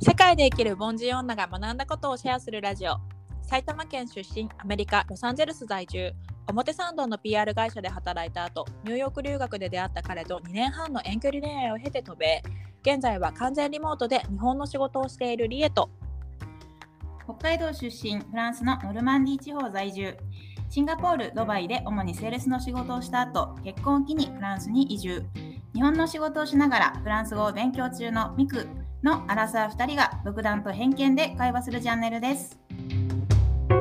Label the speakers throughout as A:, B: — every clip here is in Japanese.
A: 世界で生きる凡人女が学んだことをシェアするラジオ埼玉県出身アメリカロサンゼルス在住表参道の PR 会社で働いた後ニューヨーク留学で出会った彼と2年半の遠距離恋愛を経て渡米現在は完全リモートで日本の仕事をしているリエと
B: 北海道出身フランスのノルマンディー地方在住シンガポールドバイで主にセールスの仕事をした後結婚を機にフランスに移住日本の仕事をしながらフランス語を勉強中のミクのアラサー2人が独断と偏見で会話するチャンネルです
C: 今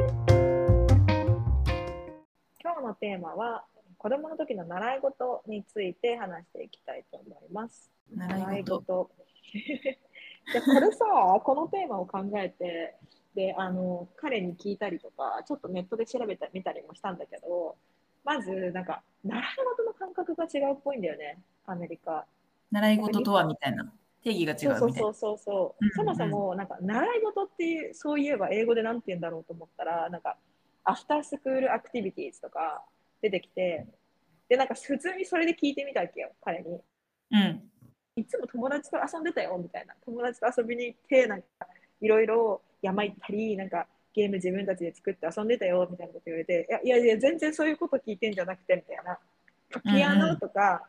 C: 日のテーマは子供の時の習い事について話していきたいと思います。
B: 習い事
C: いやこれさこのテーマを考えてであの彼に聞いたりとかちょっとネットで調べてみたりもしたんだけどまずなんか習い事の感覚が違うっぽいんだよねアメリカ。
B: 習い事とはみたいな定義が
C: そう
B: 違う
C: そ
B: み
C: う
B: たい
C: そ
B: な
C: うそうそう、
B: うんうん
C: そもそもなんか習い事っていうそういえば英語でなんて言うんだろうと思ったらなんかアフタースクールアクティビティーズとか出てきてでなんか普通にそれで聞いてみたわけよ彼に
B: うん
C: いつも友達と遊んでたよみたいな友達と遊びに行ってなんかいろいろ山行ったりなんかゲーム自分たちで作って遊んでたよみたいなこと言われていやいやいや全然そういうこと聞いてんじゃなくてみたいなピアノとか、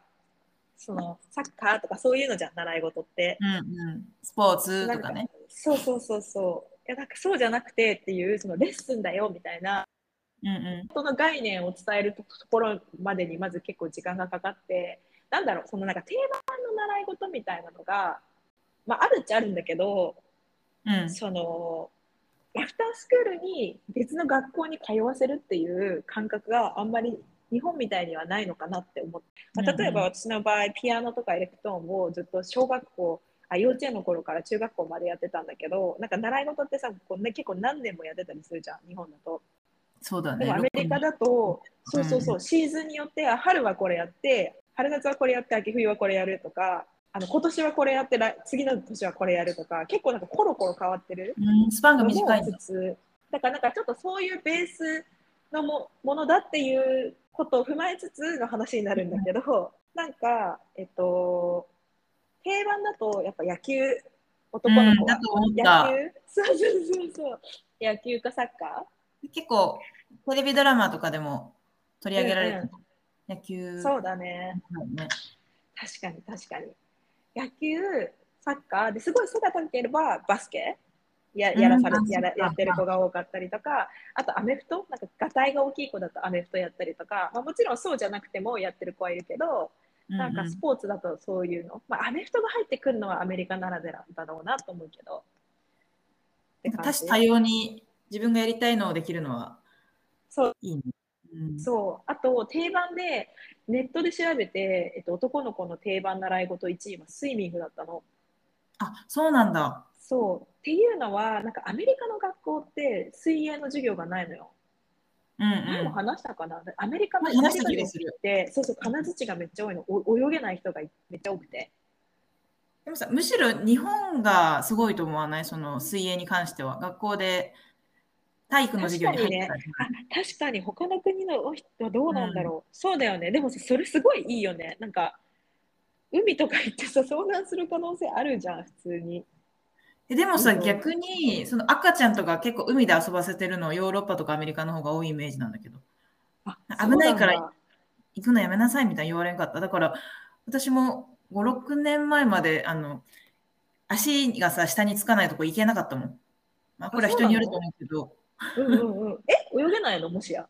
C: そのサッカーとかそういうのじゃん習い事って。
B: うんうんスポーツとかね
C: そうそうそうそういやなんかそうじゃなくてっていうそのレッスンだよみたいな
B: うんう
C: その概念を伝えるところまでにまず結構時間がかかってなんだろうそのなんか定番の習い事みたいなのが、まあ、あるっちゃあるんだけど、
B: んうん
C: そのアフタースクールに別の学校に通わせるっていう感覚があんまり日本みたいにはないのかなって思って、まあ、例えば
B: うんう
C: 私の場合ピアノとかエレクトーンをずっと小学校あ幼稚園の頃から中学校までやってたんだけどなんか習い事ってさこう、ね、結構何年もやってたりするじゃん日本だと。
B: そうだ
C: で
B: ね
C: もアメリカだと、
B: う
C: そ
B: ん
C: うそうそう、シーズンによって、あ春はこれやって、春夏はこれやって、秋冬はこれやるとか、あの今年はこれやって、来次の年はこれやるとか、結構なんかコロコロ変わってる
B: うんスパンが
C: の
B: 短い
C: も
B: んだ
C: 普通。だからなんかちょっとそういうベースのもものだっていうことを踏まえつつの話になるんだけど、なんか、えっと、定番だとやっぱ野球、男の
B: う
C: 子
B: んだ
C: は。
B: と思っ
C: 野
B: た
C: 球そうそうそうそう。野球かサッカー
B: 結構テレビドラマとかでも取り上げられる野球
C: そうだね。
B: ね
C: 確かに確かに。野球、サッカーですごい背が高ければバスケや
B: うん
C: やらされ
B: バスケ
C: やら
B: か
C: やってる子が多かったりとか、あとアメフト、なんかガタイが大きい子だとアメフトやったりとか、まあ、もちろんそうじゃなくてもやってる子はいるけど、なん
B: う
C: か
B: う
C: スポーツだとそういうの、まあ、アメフトが入ってくるのはアメリカならではだろうなと思うけど。
B: なんか
C: って感
B: 多
C: じ
B: 種多様に自分がやりたいのをできるのは
C: そう
B: いいね。うん
C: そうあと定番でネットで調べて、えっと、男の子の定番習い事1位はスイミングだったの。
B: あそうなんだ。
C: そうっていうのはなんかアメリカの学校って水泳の授業がないのよ。
B: うんう
C: 前も
B: ん。
C: 話したかな、アメリカの
B: 話した気がする。
C: ってそうそう金槌がめっちゃ多いのお泳げない人がめっちゃ多くて
B: でもさ、むしろ日本がすごいと思わないその水泳に関しては。学校で体育の授業に入ってたり
C: あ確かに他の国の人はどうなんだろう、そうだよねでもさそれすごいいいよねなんか海とか行ってさ遭難する可能性あるじゃん普通に
B: えでも
C: う
B: さ、
C: ん
B: 逆にその赤ちゃんとか結構海で遊ばせてるのヨーロッパとかアメリカの方が多いイメージなんだけど。
C: あ
B: 危ないから
C: そうなんだ
B: 行くのやめなさいみたいに言われんかった。だから私も5、6年前まであの足がさ下につかないとこ行けなかったもん。まあ、これは人によると思うけど、
C: うんうんうんえ泳げないのもしや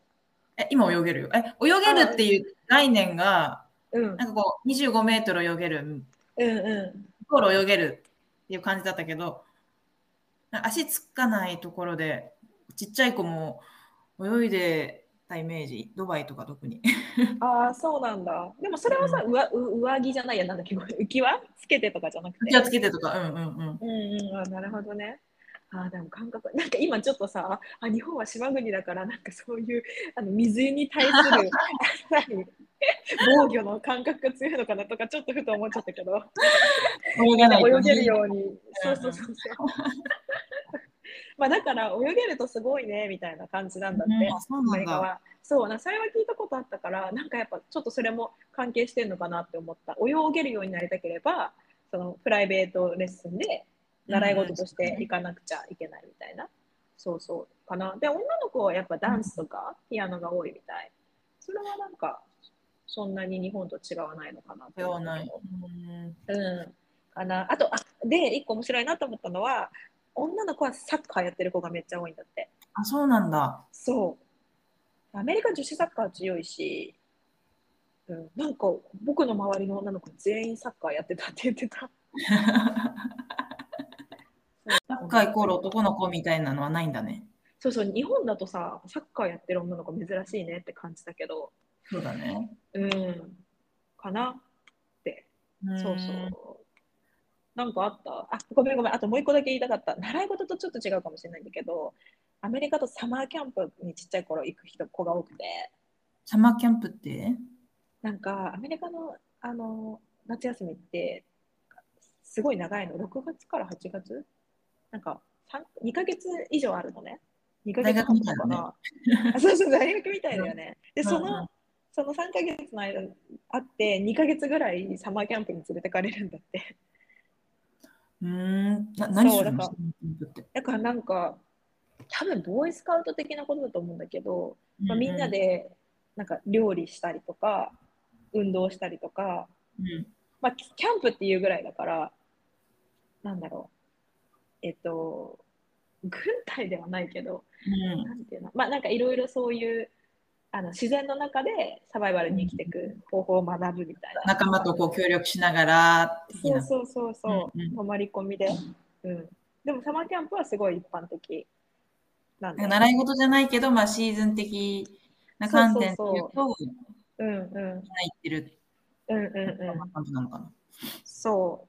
B: え今泳げるよ。え泳げるっていう概念が
C: うんうん
B: なんかこう25メートル泳げる、
C: うん
B: イコール泳げるっていう感じだったけど、足つかないところでちっちゃい子も泳いでたイメージ、ドバイとか 特に。
C: ああ、そうなんだ。でもそれはさ、うわう上着じゃないや、なんだっけ、これ浮き輪つけてとかじゃなくて。
B: 気をつけてとか、うんうんうん。
C: うんうん、あなるほどね。あーでも感覚、なんか今ちょっとさ、あ日本は島国だから、なんかそういうあの水に対する何防御の感覚が強いのかなとか、ちょっとふと思っちゃったけど、
B: 泳げない子に
C: 泳げるように。そうそう そうそう。まあだから、泳げるとすごいね、みたいな感じなんだって。
B: うんあそう
C: ア
B: な
C: メ
B: ん
C: リカ
B: だ。
C: はそうなそれは聞いたことあったからなんかやっぱちょっとそれも関係してるのかなって思った泳げるようになりたければそのプライベートレッスンで習い事として行かなくちゃいけないみたいな、そうそうかなで女の子はやっぱダンスとかピアノが多いみたいそれはなんかそんなに日本と違わないのかなと
B: で
C: 思
B: は
C: う
B: ない。
C: うんかなあとあで一個面白いなと思ったのは女の子はサッカーやってる子がめっちゃ多いんだって
B: あ、そうなんだ。
C: そう。アメリカ女子サッカー強いし、うん、なんか僕の周りの女の子全員サッカーやってたって言ってた。
B: 若い頃男の子みたいなのはないんだね。
C: そうそう、日本だとさ、サッカーやってる女の子珍しいねって感じだけど、
B: そうだね。
C: うん、かなって、そうそう。なんかあったあ、ごめんごめん、あともう一個だけ言いたかった。習い事とちょっと違うかもしれないんだけど、アメリカとサマーキャンプにちっちゃい頃行く人子が多くて、
B: サマーキャンプって
C: なんかアメリカの、あの夏休みってすごい長いの6月から8月なんか3 2ヶ月以上あるのね2ヶ月半とかな、あそうそう大学みたいだよねで
B: うん
C: そ
B: うんう
C: のその3ヶ月の間あって2ヶ月ぐらいサマーキャンプに連れてかれるんだって
B: うーん。な何するの
C: そ
B: サマーキャ
C: うだから
B: ンプって。
C: だからなんか多分ボーイスカウト的なことだと思うんだけど、まあ、みんなでなんか料理したりとか運動したりとか
B: うんうん。
C: まあ、キキャンプっていうぐらいだから、なんだろう、えっと、軍隊ではないけど、
B: うんうん
C: なんていうの、まあ、なんかいろいろそういうあの自然の中でサバイバルに生きていく方法を学ぶみたいな。
B: 仲間とこう協力しながら的
C: そう
B: な。
C: そうそうそ
B: う
C: う、
B: んうん
C: 泊まり込みで。うん、でも、サマーキャンプはすごい一般的なんだよ
B: 習い事じゃないけど、まあ、シーズン的な観点で
C: そう
B: 言
C: そう
B: うと、
C: うんう
B: 入
C: ん
B: ってる
C: うんうん
B: サマ
C: う
B: ーキャンプなのかな。
C: ん、そ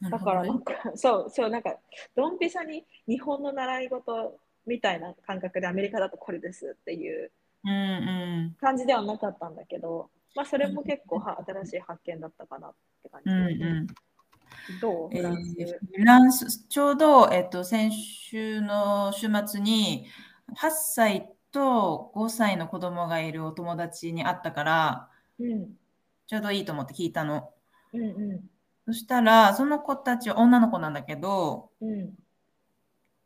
C: うだからなんか、 そうそう、なんか、ドンピシャに日本の習い事みたいな感覚でアメリカだとこれですっていう
B: うんうん。
C: 感じではなかったんだけど、まあ、それも結構は新しい発見だったかなって感じ。
B: うんうん
C: どう
B: え
C: フラン
B: ー
C: ス。
B: フランス、ちょうど、えっと、先週の週末に8歳と5歳の子供がいるお友達に会ったから、
C: うん、
B: ちょうどいいと思って聞いたの。
C: うん、う
B: そしたら、その子たちは女の子なんだけど、
C: ん、うん。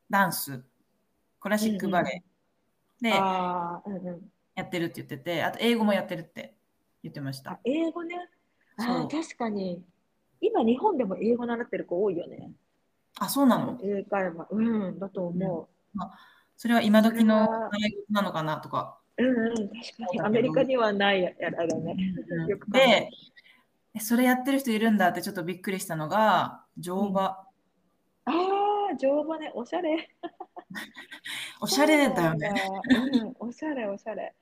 B: ダンス、クラシックバレエでや
C: ああ、うん、うん。
B: ってるって言ってて、あと英語もやってるって言ってまし
C: あ
B: た。、
C: 英語ね。あ
B: そう
C: あ、確かに。今、日本でも英語習ってる子多いよね。
B: あ、そうなの
C: 英会話。うん、だと思う。
B: それは今時の
C: それは
B: 習い事なのかなとか。
C: うん、うん、確かに。アメリカにはないややらだね。よく考え
B: で、えそれやってる人いるんだってちょっとびっくりしたのが、乗馬。
C: ああ、乗馬ね、おしゃれ。
B: おしゃれだよね。
C: ね。うん、おしゃれおしゃれ。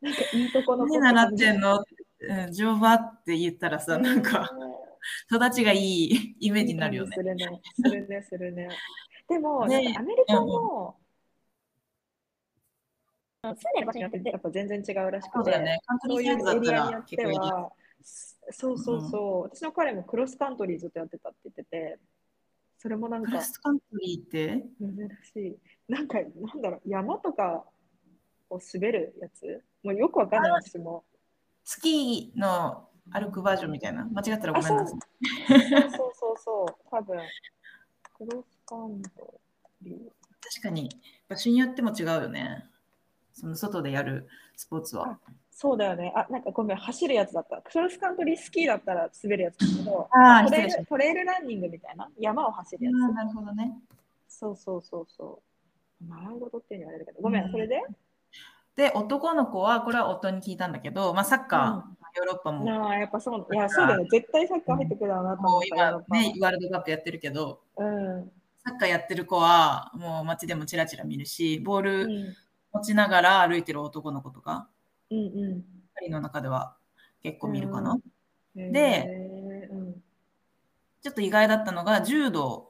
C: なんかいいとこの
B: 何習ってんの、うん、乗馬って言ったらさ、なんか、育ちがいいイメージになるよね。
C: いい感じするね、するね、するね。でも、
B: ね
C: なんかアメリカも、住んでる場所によってやっぱ全然違うらし
B: そ
C: く
B: うだよ
C: て、
B: ね。カント
C: そう
B: リー
C: い
B: サ
C: う
B: イズだっ
C: エリ
B: た
C: アによ
B: ら
C: っ
B: 結
C: て
B: 構いい。
C: は、そうそうそう、私の彼もクロスカントリーずっとやってたって言ってて、それもなん
B: ク
C: か
B: ロスカントリーって
C: 珍しい。なんか、なんだろう、山とかを滑るやつもうよくわかんない、私も。
B: スキーの歩くバージョンみたいな。間違ったらごめ
C: あ、そ
B: ん
C: う
B: なさい。
C: そうそうそうそう、多分クロスカントリー。
B: 確かに、場所によっても違うよね。その外でやるスポーツは。
C: そうだよね。あ、なんかごめん、走るやつだった。クロスカントリースキーだったら滑るやつだけど、
B: あ
C: ト
B: 失
C: レ
B: 礼
C: イ
B: しま
C: ルトレイルランニングみたいな、山を走るや
B: した。なるほどね。
C: つ。そうそうそうそう。習い事っていうのはあれだけど、ごめん、それで
B: で、男の子は、これは夫に聞いたんだけど、まあ、サッカー、ヨーロッパも、
C: なあ、やっぱそう、いや、そうだよね。絶対サッカー入ってくるだろうなと
B: も
C: 思っ
B: う
C: た
B: 今
C: よ、
B: ね、ワールドカップやってるけど、
C: やっ
B: サッカーやってる子は、もう街でもちらちら見るし、ボー
C: ぱ
B: ル
C: うん。うん
B: 持ちながら歩いてる男の子とか、
C: うん
B: パリの中では結構見るかな。
C: うんうん。
B: で
C: へえうん。
B: ちょっと意外だったのが、柔道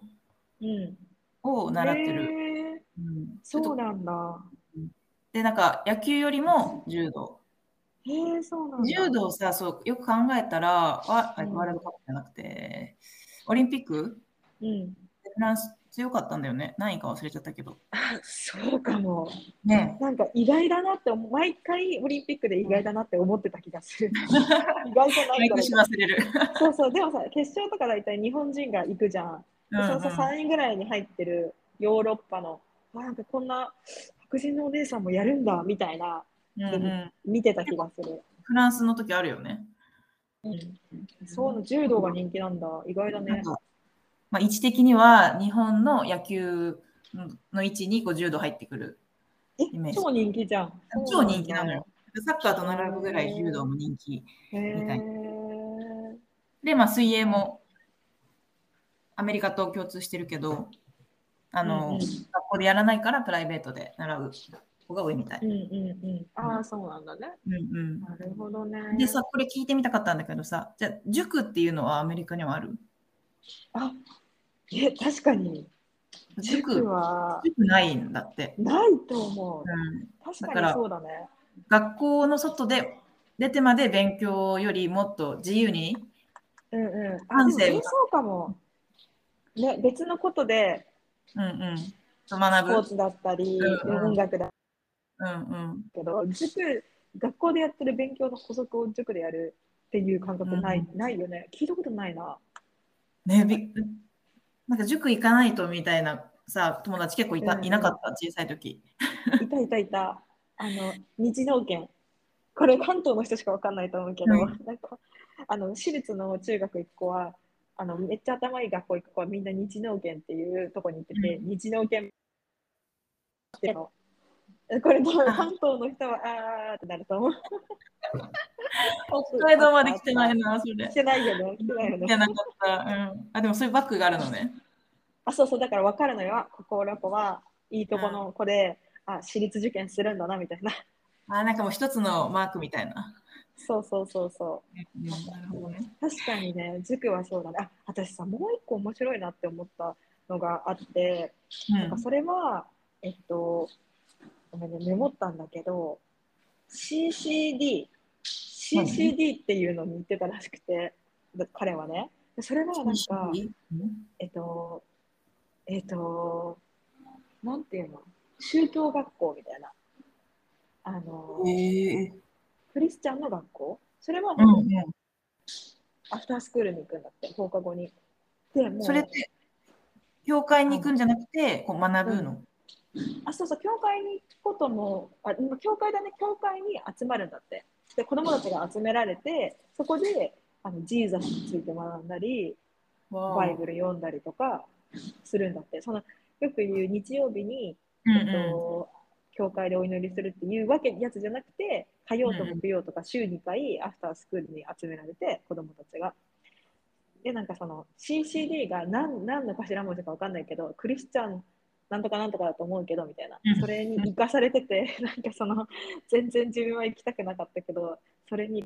C: うん。
B: を習ってる。
C: へえ
B: うんちょっ
C: そう
B: と
C: なんだ。
B: で、なんか野球よりも柔道。
C: へえそうなんだ。
B: 柔道さ、そうよく考えたら、わあ
C: うん
B: ワールドカップじゃなくて、オリンピック
C: うん。
B: フランス強かったんだよね。何位か忘れちゃったけど。
C: あ、そうかも。
B: ね
C: なんか意外だなって思う、毎回オリンピックで意外だなって思ってた気がす る。意外じゃな
B: 毎
C: いから
B: 年忘れる。
C: そうそう、でもさ、決勝とか大体日本人が行くじゃん。
B: うん
C: そのさ3位ぐらいに入ってるヨーロッパのあなんかこんな白人のお姉さんもやるんだみたいな
B: うんうん
C: 見てた気がする、
B: フランスの時あるよね。
C: そうな柔道が人気なんだ意外だ
B: なん
C: ね
B: かまあ、位置的には日本の野球の位置にこう柔道入ってくる。
C: え
B: イメージ
C: 超人気じゃん
B: 超人気なのよ。サッカーと並ぶぐら
C: へ
B: い
C: ー
B: 柔道も人気。
C: へー
B: みたいで、まあ、水泳もアメリカと共通してるけど、あの、
C: うんうん
B: 学校でやらないからプライベートで習う子が多いみたい。
C: うんうんうんああそうなんだね
B: うんうん
C: なるほどね
B: でさ、これ聞いてみたかったんだけどさ、じゃあ塾っていうのはアメリカにはある
C: あえ確かに塾
B: 塾
C: は
B: 塾ないんだって。
C: ないと思う
B: うん、
C: 確
B: だ
C: か
B: か
C: に
B: ら
C: そうだね
B: 学校の外で出てまで勉強よりもっと自由に、
C: うんうんあ
B: 感性
C: でも
B: が
C: そうかもね別のことで
B: うんうん、
C: スポー
B: 学ぶ。
C: ツだったり、
B: うんうん
C: 音楽だ
B: うんうん
C: けど塾学校でやってる勉強の補足を塾でやるっていう感覚ない,、
B: う
C: ないよね聞いたことないな
B: ねびなんか塾行かないとみたいなさ友達結構いた、
C: うんうん
B: いなかった小さい時
C: いたいたいたあの日農研これ関東の人しかわかんないと思うけど、
B: うん
C: なんかあの私立の中学行く子はあのめっちゃ頭いい学校行く子はみんな日農研っていうとこに行ってて、
B: う
C: 日農研ってのこれ多分関東の人はあーってなると思う
B: 北海道まで来てないなそれ
C: 来てないよね来てないよね
B: 来てなかった、うん、あでもそういうバッグがあるのね
C: あそうそうだから分かるのよここ俺子はいいとこの子で、あ私立受験するんだなみたいな
B: あなんかもう一つのマークみたいな、
C: そうそうそうそ
B: うん、なるほどね
C: う確かにね塾はそうだねあ私さもう一個面白いなって思ったのがあって、なんかそれはえっとごめんねメモったんだけど CCD CCD っていうのに行ってたらしくて、だ彼はねでそれはなん
B: うん
C: か、
B: うん
C: えっと、えっと、なんていうの、宗教学校みたいな、あの、
B: え
C: クリスチャンの学校、それは
B: ーうんうん
C: アフタースクールに行くんだって、放課後に。で、もう
B: それって教会に行くんじゃなくてこう学ぶの、
C: あ、そうそう、教会に行くことも、あ、今教会だね、教会に集まるんだって。で、子供たちが集められて、そこで、あのジーザスについて学んだり、
B: わ
C: バ
B: あ
C: イブル読んだりとかするんだって。そのよく言う日曜日に
B: うん
C: えっと教会でお祈りするっていうわけやつじゃなくて火曜と
B: うんうん
C: 木曜とか週2回アフタースクールに集められて子どもたちが。でなんかその CCD が何何の頭文字か分かんないけどクリスチャンなんとかなんとかだと思うけどみたいな
B: うん
C: それに生かされてて なんかその全然自分は行きたくなかったけどそれに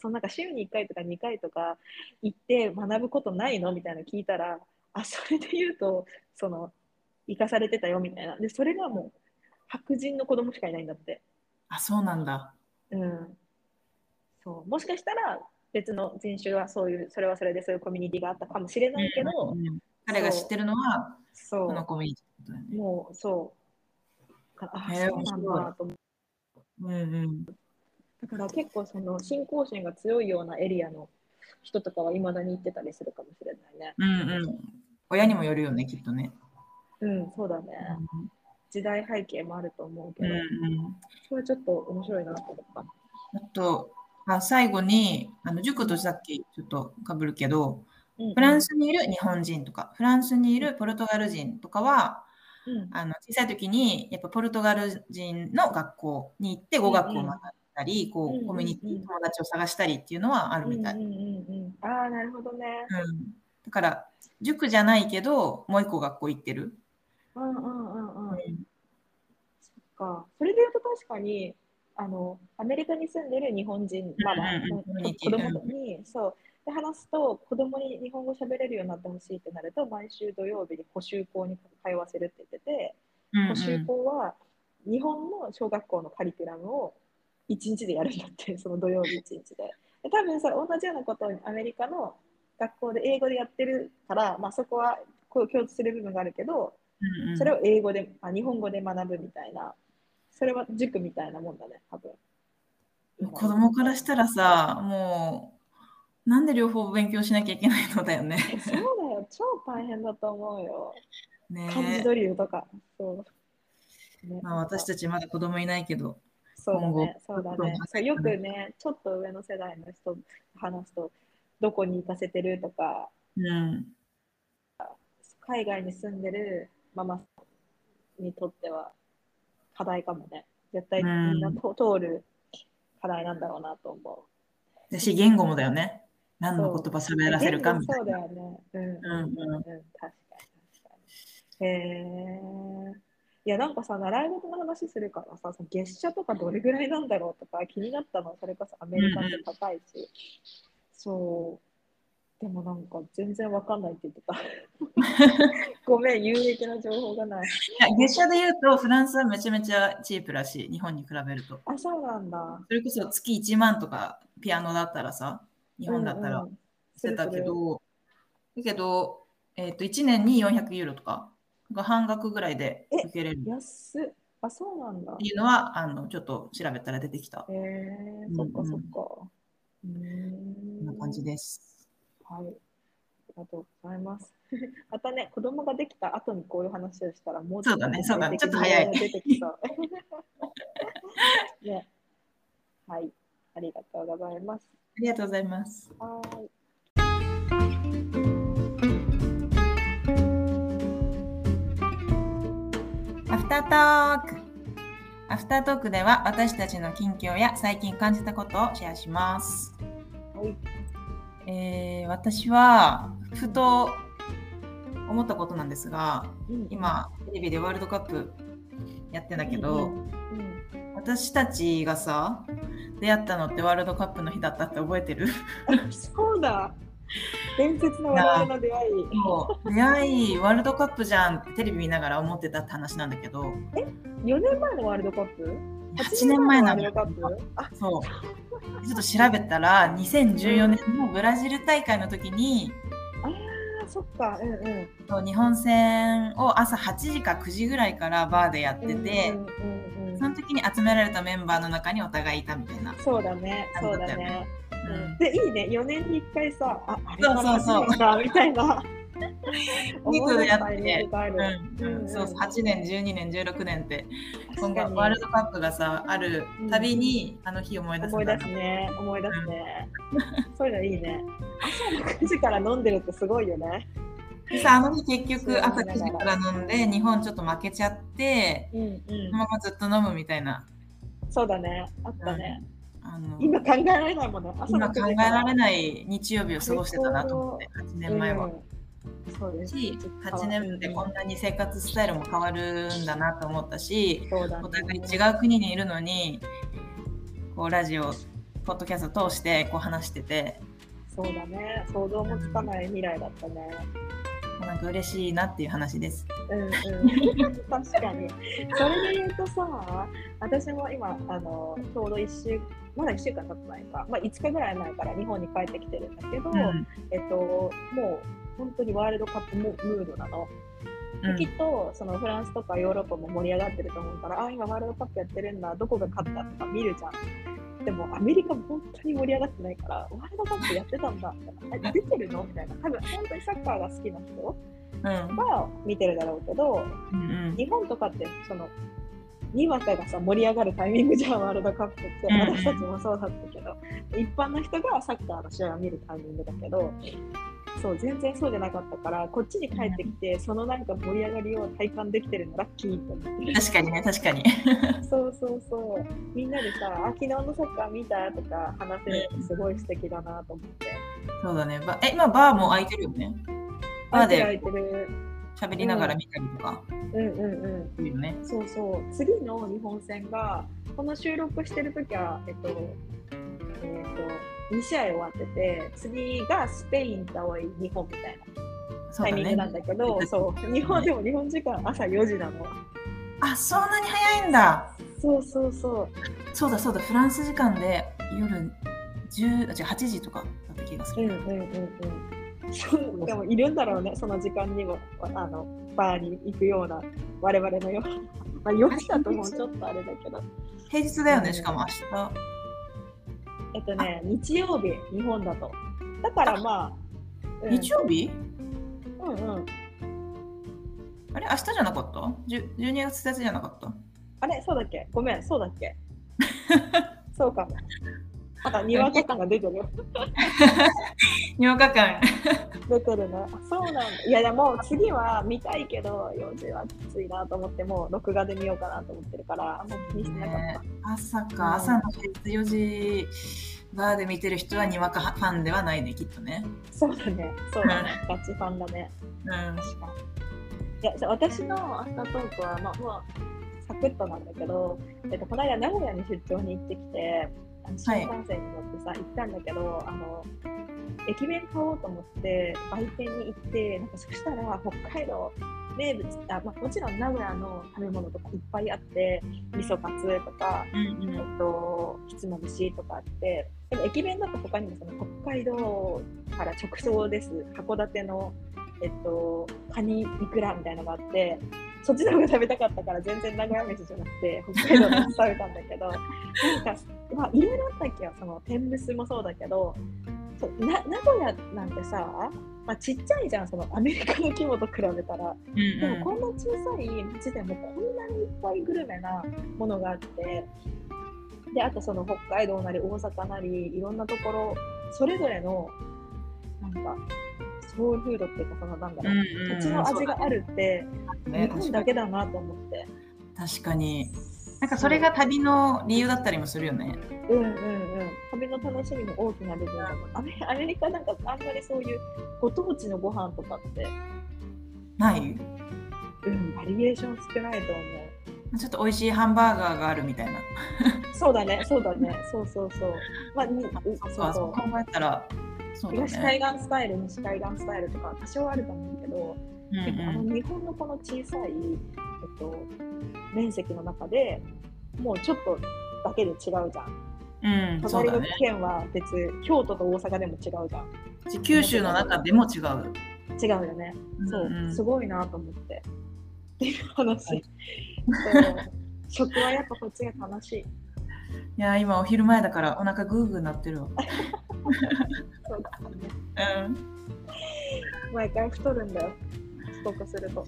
C: そのなんか週に1回とか2回とか行って学ぶことないのみたいなの聞いたらあそれで言うとその生かされてたよみたいなでそれがもう白人の子供しかいないんだって、
B: あそうなんだ
C: うん、そうもしかしたら別の人種はそういうそれはそれでそういうコミュニティがあったかもしれないけ
B: う
C: ど、
B: ん彼が知ってるのは
C: そ
B: この
C: う
B: コミュニティだよね
C: もうそうだからあ
B: へー
C: そうなんだなと思って
B: うんうん
C: だから結構その信仰心が強いようなエリアの人とかはいまだに行ってたりするかもしれないね
B: うんうん。親にもよるよね、きっとね。
C: うんそうだね
B: う
C: 時代背景もあると思うけ
B: ん
C: ど、
B: うん、
C: それちょっと面白いなと思った
B: あと、あ最後にあの塾とさっきちょっとかぶるけど、フラン、スにいる日本人とか、フランスにいるポルトガル人とかは、
C: うんうん
B: あの小さい時にやっぱポルトガル人の学校に行って語学を学んだり、
C: うん
B: こ
C: うん
B: うコミュニテ
C: うんう
B: ィ、
C: ん
B: 友達を探したりっていうのはあるみたい。
C: う
B: うんん
C: うんうんうん、ああ、なるほどね。
B: だから、塾じゃないけど、もう一個学校行ってる。
C: うんうんうんうん。
B: うん
C: そっか。それで言うと確かに、あの、アメリカに住んでる日本人、まだ、
B: うんうん
C: こ
B: コミュニテ
C: 子
B: ィ
C: 供に、そう。で、話すと、子供に日本語喋れるようになってほしいってなると、毎週土曜日に補習校に通わせるって言ってて、
B: うんう
C: 補
B: ん
C: 習校は日本の小学校のカリキュラムを1日でやるんだって、 その土曜日1日で。で多分それ同じようなことをアメリカの学校で英語でやってるから、まあ、そこはこう共通する部分があるけど、
B: うんうん
C: それを英語であ日本語で学ぶみたいなそれは塾みたいなもんだね多分
B: 子供からしたらさもなんで両方勉強しなきゃいけないのだよね。
C: えそうだよ、超大変だと思うよ。
B: ね
C: 漢字ドリルとか。そう。ね
B: まあ、私たちまだ子供いないけど、
C: そうだ
B: 今後
C: ね、そうだね。そうよくね、ちょっと上の世代の人と話すと、どこに行かせてるとか、
B: うん、
C: 海外に住んでるママさんにとっては課題かもね。絶対みんなと通る課題なんだろうなと思
B: 私言語もだよね。何の言葉
C: う。
B: 喋らせるかみたい
C: そうだ
B: な。
C: よね。うん
B: うんうん
C: うん、確かに確かに。へえ。いや、なんかさ、習い事の話するからさ、その月謝とかどれぐらいなんだろうとか気になったの、それこそアメリカって高いし。そう。でもなんか全然わかんないって言って た。ごめん、有益な情報がない。
B: いや月謝で言うと、フランスはめちゃめちゃチープらしい、日本に比べると。
C: あ、そうなんだ。
B: それこそ月1万とかピアノだったらさ、日本だった
C: う
B: ら
C: んうん
B: してたけど、だけど、えっと1年に400ユーロとかが半額ぐらいで受けれるっ
C: 安っ。あ、そうなんだ
B: て。いうのは、あのちょっと調べたら出てきた
C: へえそっかそっか。う
B: こん
C: ー。
B: なん感じです。
C: はい。ありがとうございます。 またね、子供ができた後にこういう話をしたら、もう
B: そうだねそうだねちょっと早い
C: 出てきそう。 ね。はい。ありがとうございます。
B: ありがとうございます。
C: はーい。
B: アフタートークアフタートークでは私たちの近況や最近感じたことをシェアします。
C: はい。
B: えー私はふと思ったことなんですが
C: うん、
B: 今テレビでワールドカップやってんだけ
C: う
B: ど
C: んうん、
B: 私たちがさ出会ったのってワールドカップの日だったって覚え てる
C: そうだ。伝説の我々の出会い。
B: もう出会いワールドカップじゃんってテレビ見ながら思ってたって話なんだけど
C: 4年前のワールドカップ
B: 8年前な
C: 8
B: の
C: 年
B: よ
C: のワールドカップあ
B: そうちょっと調べたら2014年のブラジル大会の時に
C: あ、そっか。うんうん。
B: そう日本戦を朝8時か9時ぐらいからバーでやってて
C: うんうんうん
B: その時に集められたメンバーの中にお互いいたみたいな。
C: そうだね、そうだね。で、いいね、4年に1回さ、あ、あれから
B: そうそうそう
C: 8年かみたいな。
B: ニートでやって
C: 思わないタイミングがある
B: うんうんそうそう8年12年16年って
C: 確
B: 今
C: か
B: 度
C: に
B: ワールドカップがさあるたびに、あの日思い出す
C: 思
B: ん
C: い
B: だ
C: 出すね、思い出すね。そういうのいいね。朝の9時から飲んでるってすごいよね。
B: でさあの日結
C: そう
B: 局朝9時
C: だか
B: から飲んで日本ちょっと負けちゃって
C: うんう
B: その
C: ん。
B: ままずっと飲むみたいな
C: そうだね、あったね。
B: あの
C: 今考えられないもんね、朝の
B: 今
C: 9時
B: 考え
C: から
B: られない日曜日を過ごしてたなと思って8年前は。
C: うんそうです。
B: し8年でこんなに生活スタイルも変わるんだなと思ったし
C: そうだね
B: お互い違う国にいるのにこうラジオポッドキャストを通してこう話してて
C: そうだね、想像もつかない未来だったね。
B: なんか嬉しいなっていう話です。
C: うんうん、確かに。それで言うとさ、私も今、あのちょうど1週、まだ1週間経ってないか、まあ、5日ぐらい前から日本に帰ってきてるんだけど、
B: うん
C: えっと、もう本当にワールドカップムードなの。
B: うん
C: きっとそのフランスとかヨーロッパも盛り上がってると思うから、あ、今ワールドカップやってるんだ、どこが勝ったとか見るじゃん。でもアメリカ本当に盛り上がってないから、ワールドカップやってたんだみたいな、あ出てるのみたいな、多分本当にサッカーが好きな人
B: うん
C: が見てるだろうけど、
B: うん
C: 日本とかってそのにわかがさ盛り上がるタイミングじゃんワールドカップっ
B: ん
C: て
B: うん
C: 私たちもそうだったけど、一般の人がサッカーの試合を見るタイミングだけどそう全然そうじゃなかったからこっちに帰ってきて、そのなんか盛り上がりを体感できてるのラッキーと思 って
B: 確かにね確かに
C: そうそうそうみんなでさあ昨日のサッカー見たとか話せるのすごい素敵だなと思って
B: そうだねばえ今バーも開いてるよねバー
C: 開
B: で
C: いてる
B: 喋りながら見たりとか
C: うんうんうん
B: いいよね
C: そうそう次の日本戦がこの収録してる時はえっとえっと2試合終わってて次がスペインと青い日本みたいな
B: そう
C: タイ
B: だ
C: ミングなん
B: ね
C: だけどそう,、日本でも日本時間朝4時なの
B: あそんなに早いんだ
C: そうそうそう
B: そうだそうだフランス時間で夜10あ違う8時とかだった気がす
C: うんうん
B: る、
C: うんうんそうでもいるんだろうねその時間にもあのバーに行くような我々のような、まあ、4時だともうちょっとあれだけど
B: 平日だよ
C: う
B: ね
C: ん
B: しかも明日
C: えっとね日曜日日本だとだからまあ、うん、
B: 日曜日
C: うんうん、
B: あれ明日じゃなかったじゅ ?12 月1日じゃなかった
C: あれそうだっけごめんそうだっけそうかもまだにわか感が出てるよ
B: ?8 日間。
C: 出てるなそうなんだいやでも次は見たいけど4時はきついなと思ってもう録画で見ようかなと思ってるからあんま気にしてなかった、
B: ね朝
C: う
B: か、
C: ん
B: 朝の4時バーで見てる人はにわかファンではないね、きっとね。
C: そうだねそうだねガチファンだね
B: うん。
C: 確かに。いや、私のアフタートークは、まあ、まあ、サクッとなんだけど、えっと、この間名古屋に出張に行ってきて、あの新
B: はい
C: 幹線に乗ってさ、行ったんだけど、あの、駅弁買おうと思って、売店に行って、なんかそしたら、北海道名物あ、まあ、もちろん名古屋の食べ物とかいっぱいあって、味噌カツとか、
B: うん
C: えっと、ひつまぶしとかあって、でも駅弁だと他にもその北海道から直送です、函館の、えっと、カニいくらみたいなのがあって、そっちの方が食べたかったから全然名古屋飯じゃなくて、北海道のやつ食べたんだ けど、なんか、まあ、いろいろあったっけよ、その天むすもそうだけど、そうな名古屋なんてさ、まあ、ちっちゃいじゃん、そのアメリカの規模と比べたら。
B: うん
C: でもこんな小さい町でもこんなにいっぱいグルメなものがあってであとその北海道なり大阪なりいろんなところそれぞれのなんかソウルフードっていうかそのなんだろう、
B: うん
C: 土地の味があるって
B: うん
C: 日
B: ね
C: 本だけだなと思って、
B: 確かに。なんかそれが旅の理由だったりもするよね。
C: うんうんうん旅の楽しみの大きな部分だと思うアメアメリカなんかあんまりそういうご当地のご飯とかって、
B: ない
C: うん、バリエーション少ないと思う
B: ちょっと美味しいハンバーガーがあるみたいな。
C: そうだねそうだねそうそうそうまあに
B: あ
C: う
B: そうそう、あそこ考えたら、そうだ
C: 東
B: ね。
C: 海岸スタイル、西海岸スタイルとか多少あると思うけど、
B: うんう
C: でもあ
B: ん
C: の日本のこの小さい、えっと、面積の中でもうちょっとだけで違うじゃん。
B: うん、そう
C: 隣
B: だ
C: の
B: ね。
C: 県は別、京都と大阪でも違うじゃん。
B: 九州の中でも違う。
C: 違うよね。そう、
B: んん
C: すごいなと思って。っていう話。
B: はい
C: そう食はやっぱこっちが楽しい。
B: いや、今お昼前だからお腹グーグーなってるわ。
C: そうだね
B: うん、
C: 毎回太るんだよ。遅刻すると。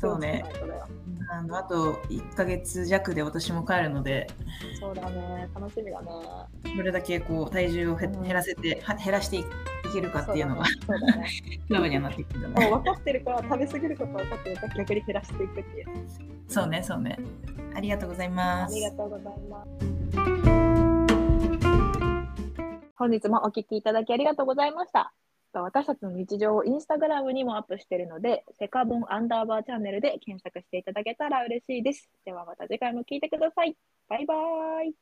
B: そうね
C: 気をつけないとだよ。
B: あのあと1ヶ月弱で私も帰るので、
C: そうだね。楽しみだね。
B: どれだけこう体重をへ
C: うん
B: 減らせて、は減らしていいけるかっていうのが、
C: そうだね。
B: ク ラブにはなってきてる
C: そうだね
B: ね。
C: もう分かってるから食べ過ぎることは分かってるから逆に減らしていくっていう。
B: そうね、そうね。 ありがとうござい
C: あ
B: ます
C: り。がとうございます。本日もお聞きいただきありがとうございました。と私たちの日常をインスタグラムにもアップしているので、セカボンアンダーバーチャンネルで検索していただけたら嬉しいです。ではまた次回も聞いてください。バイバーイ。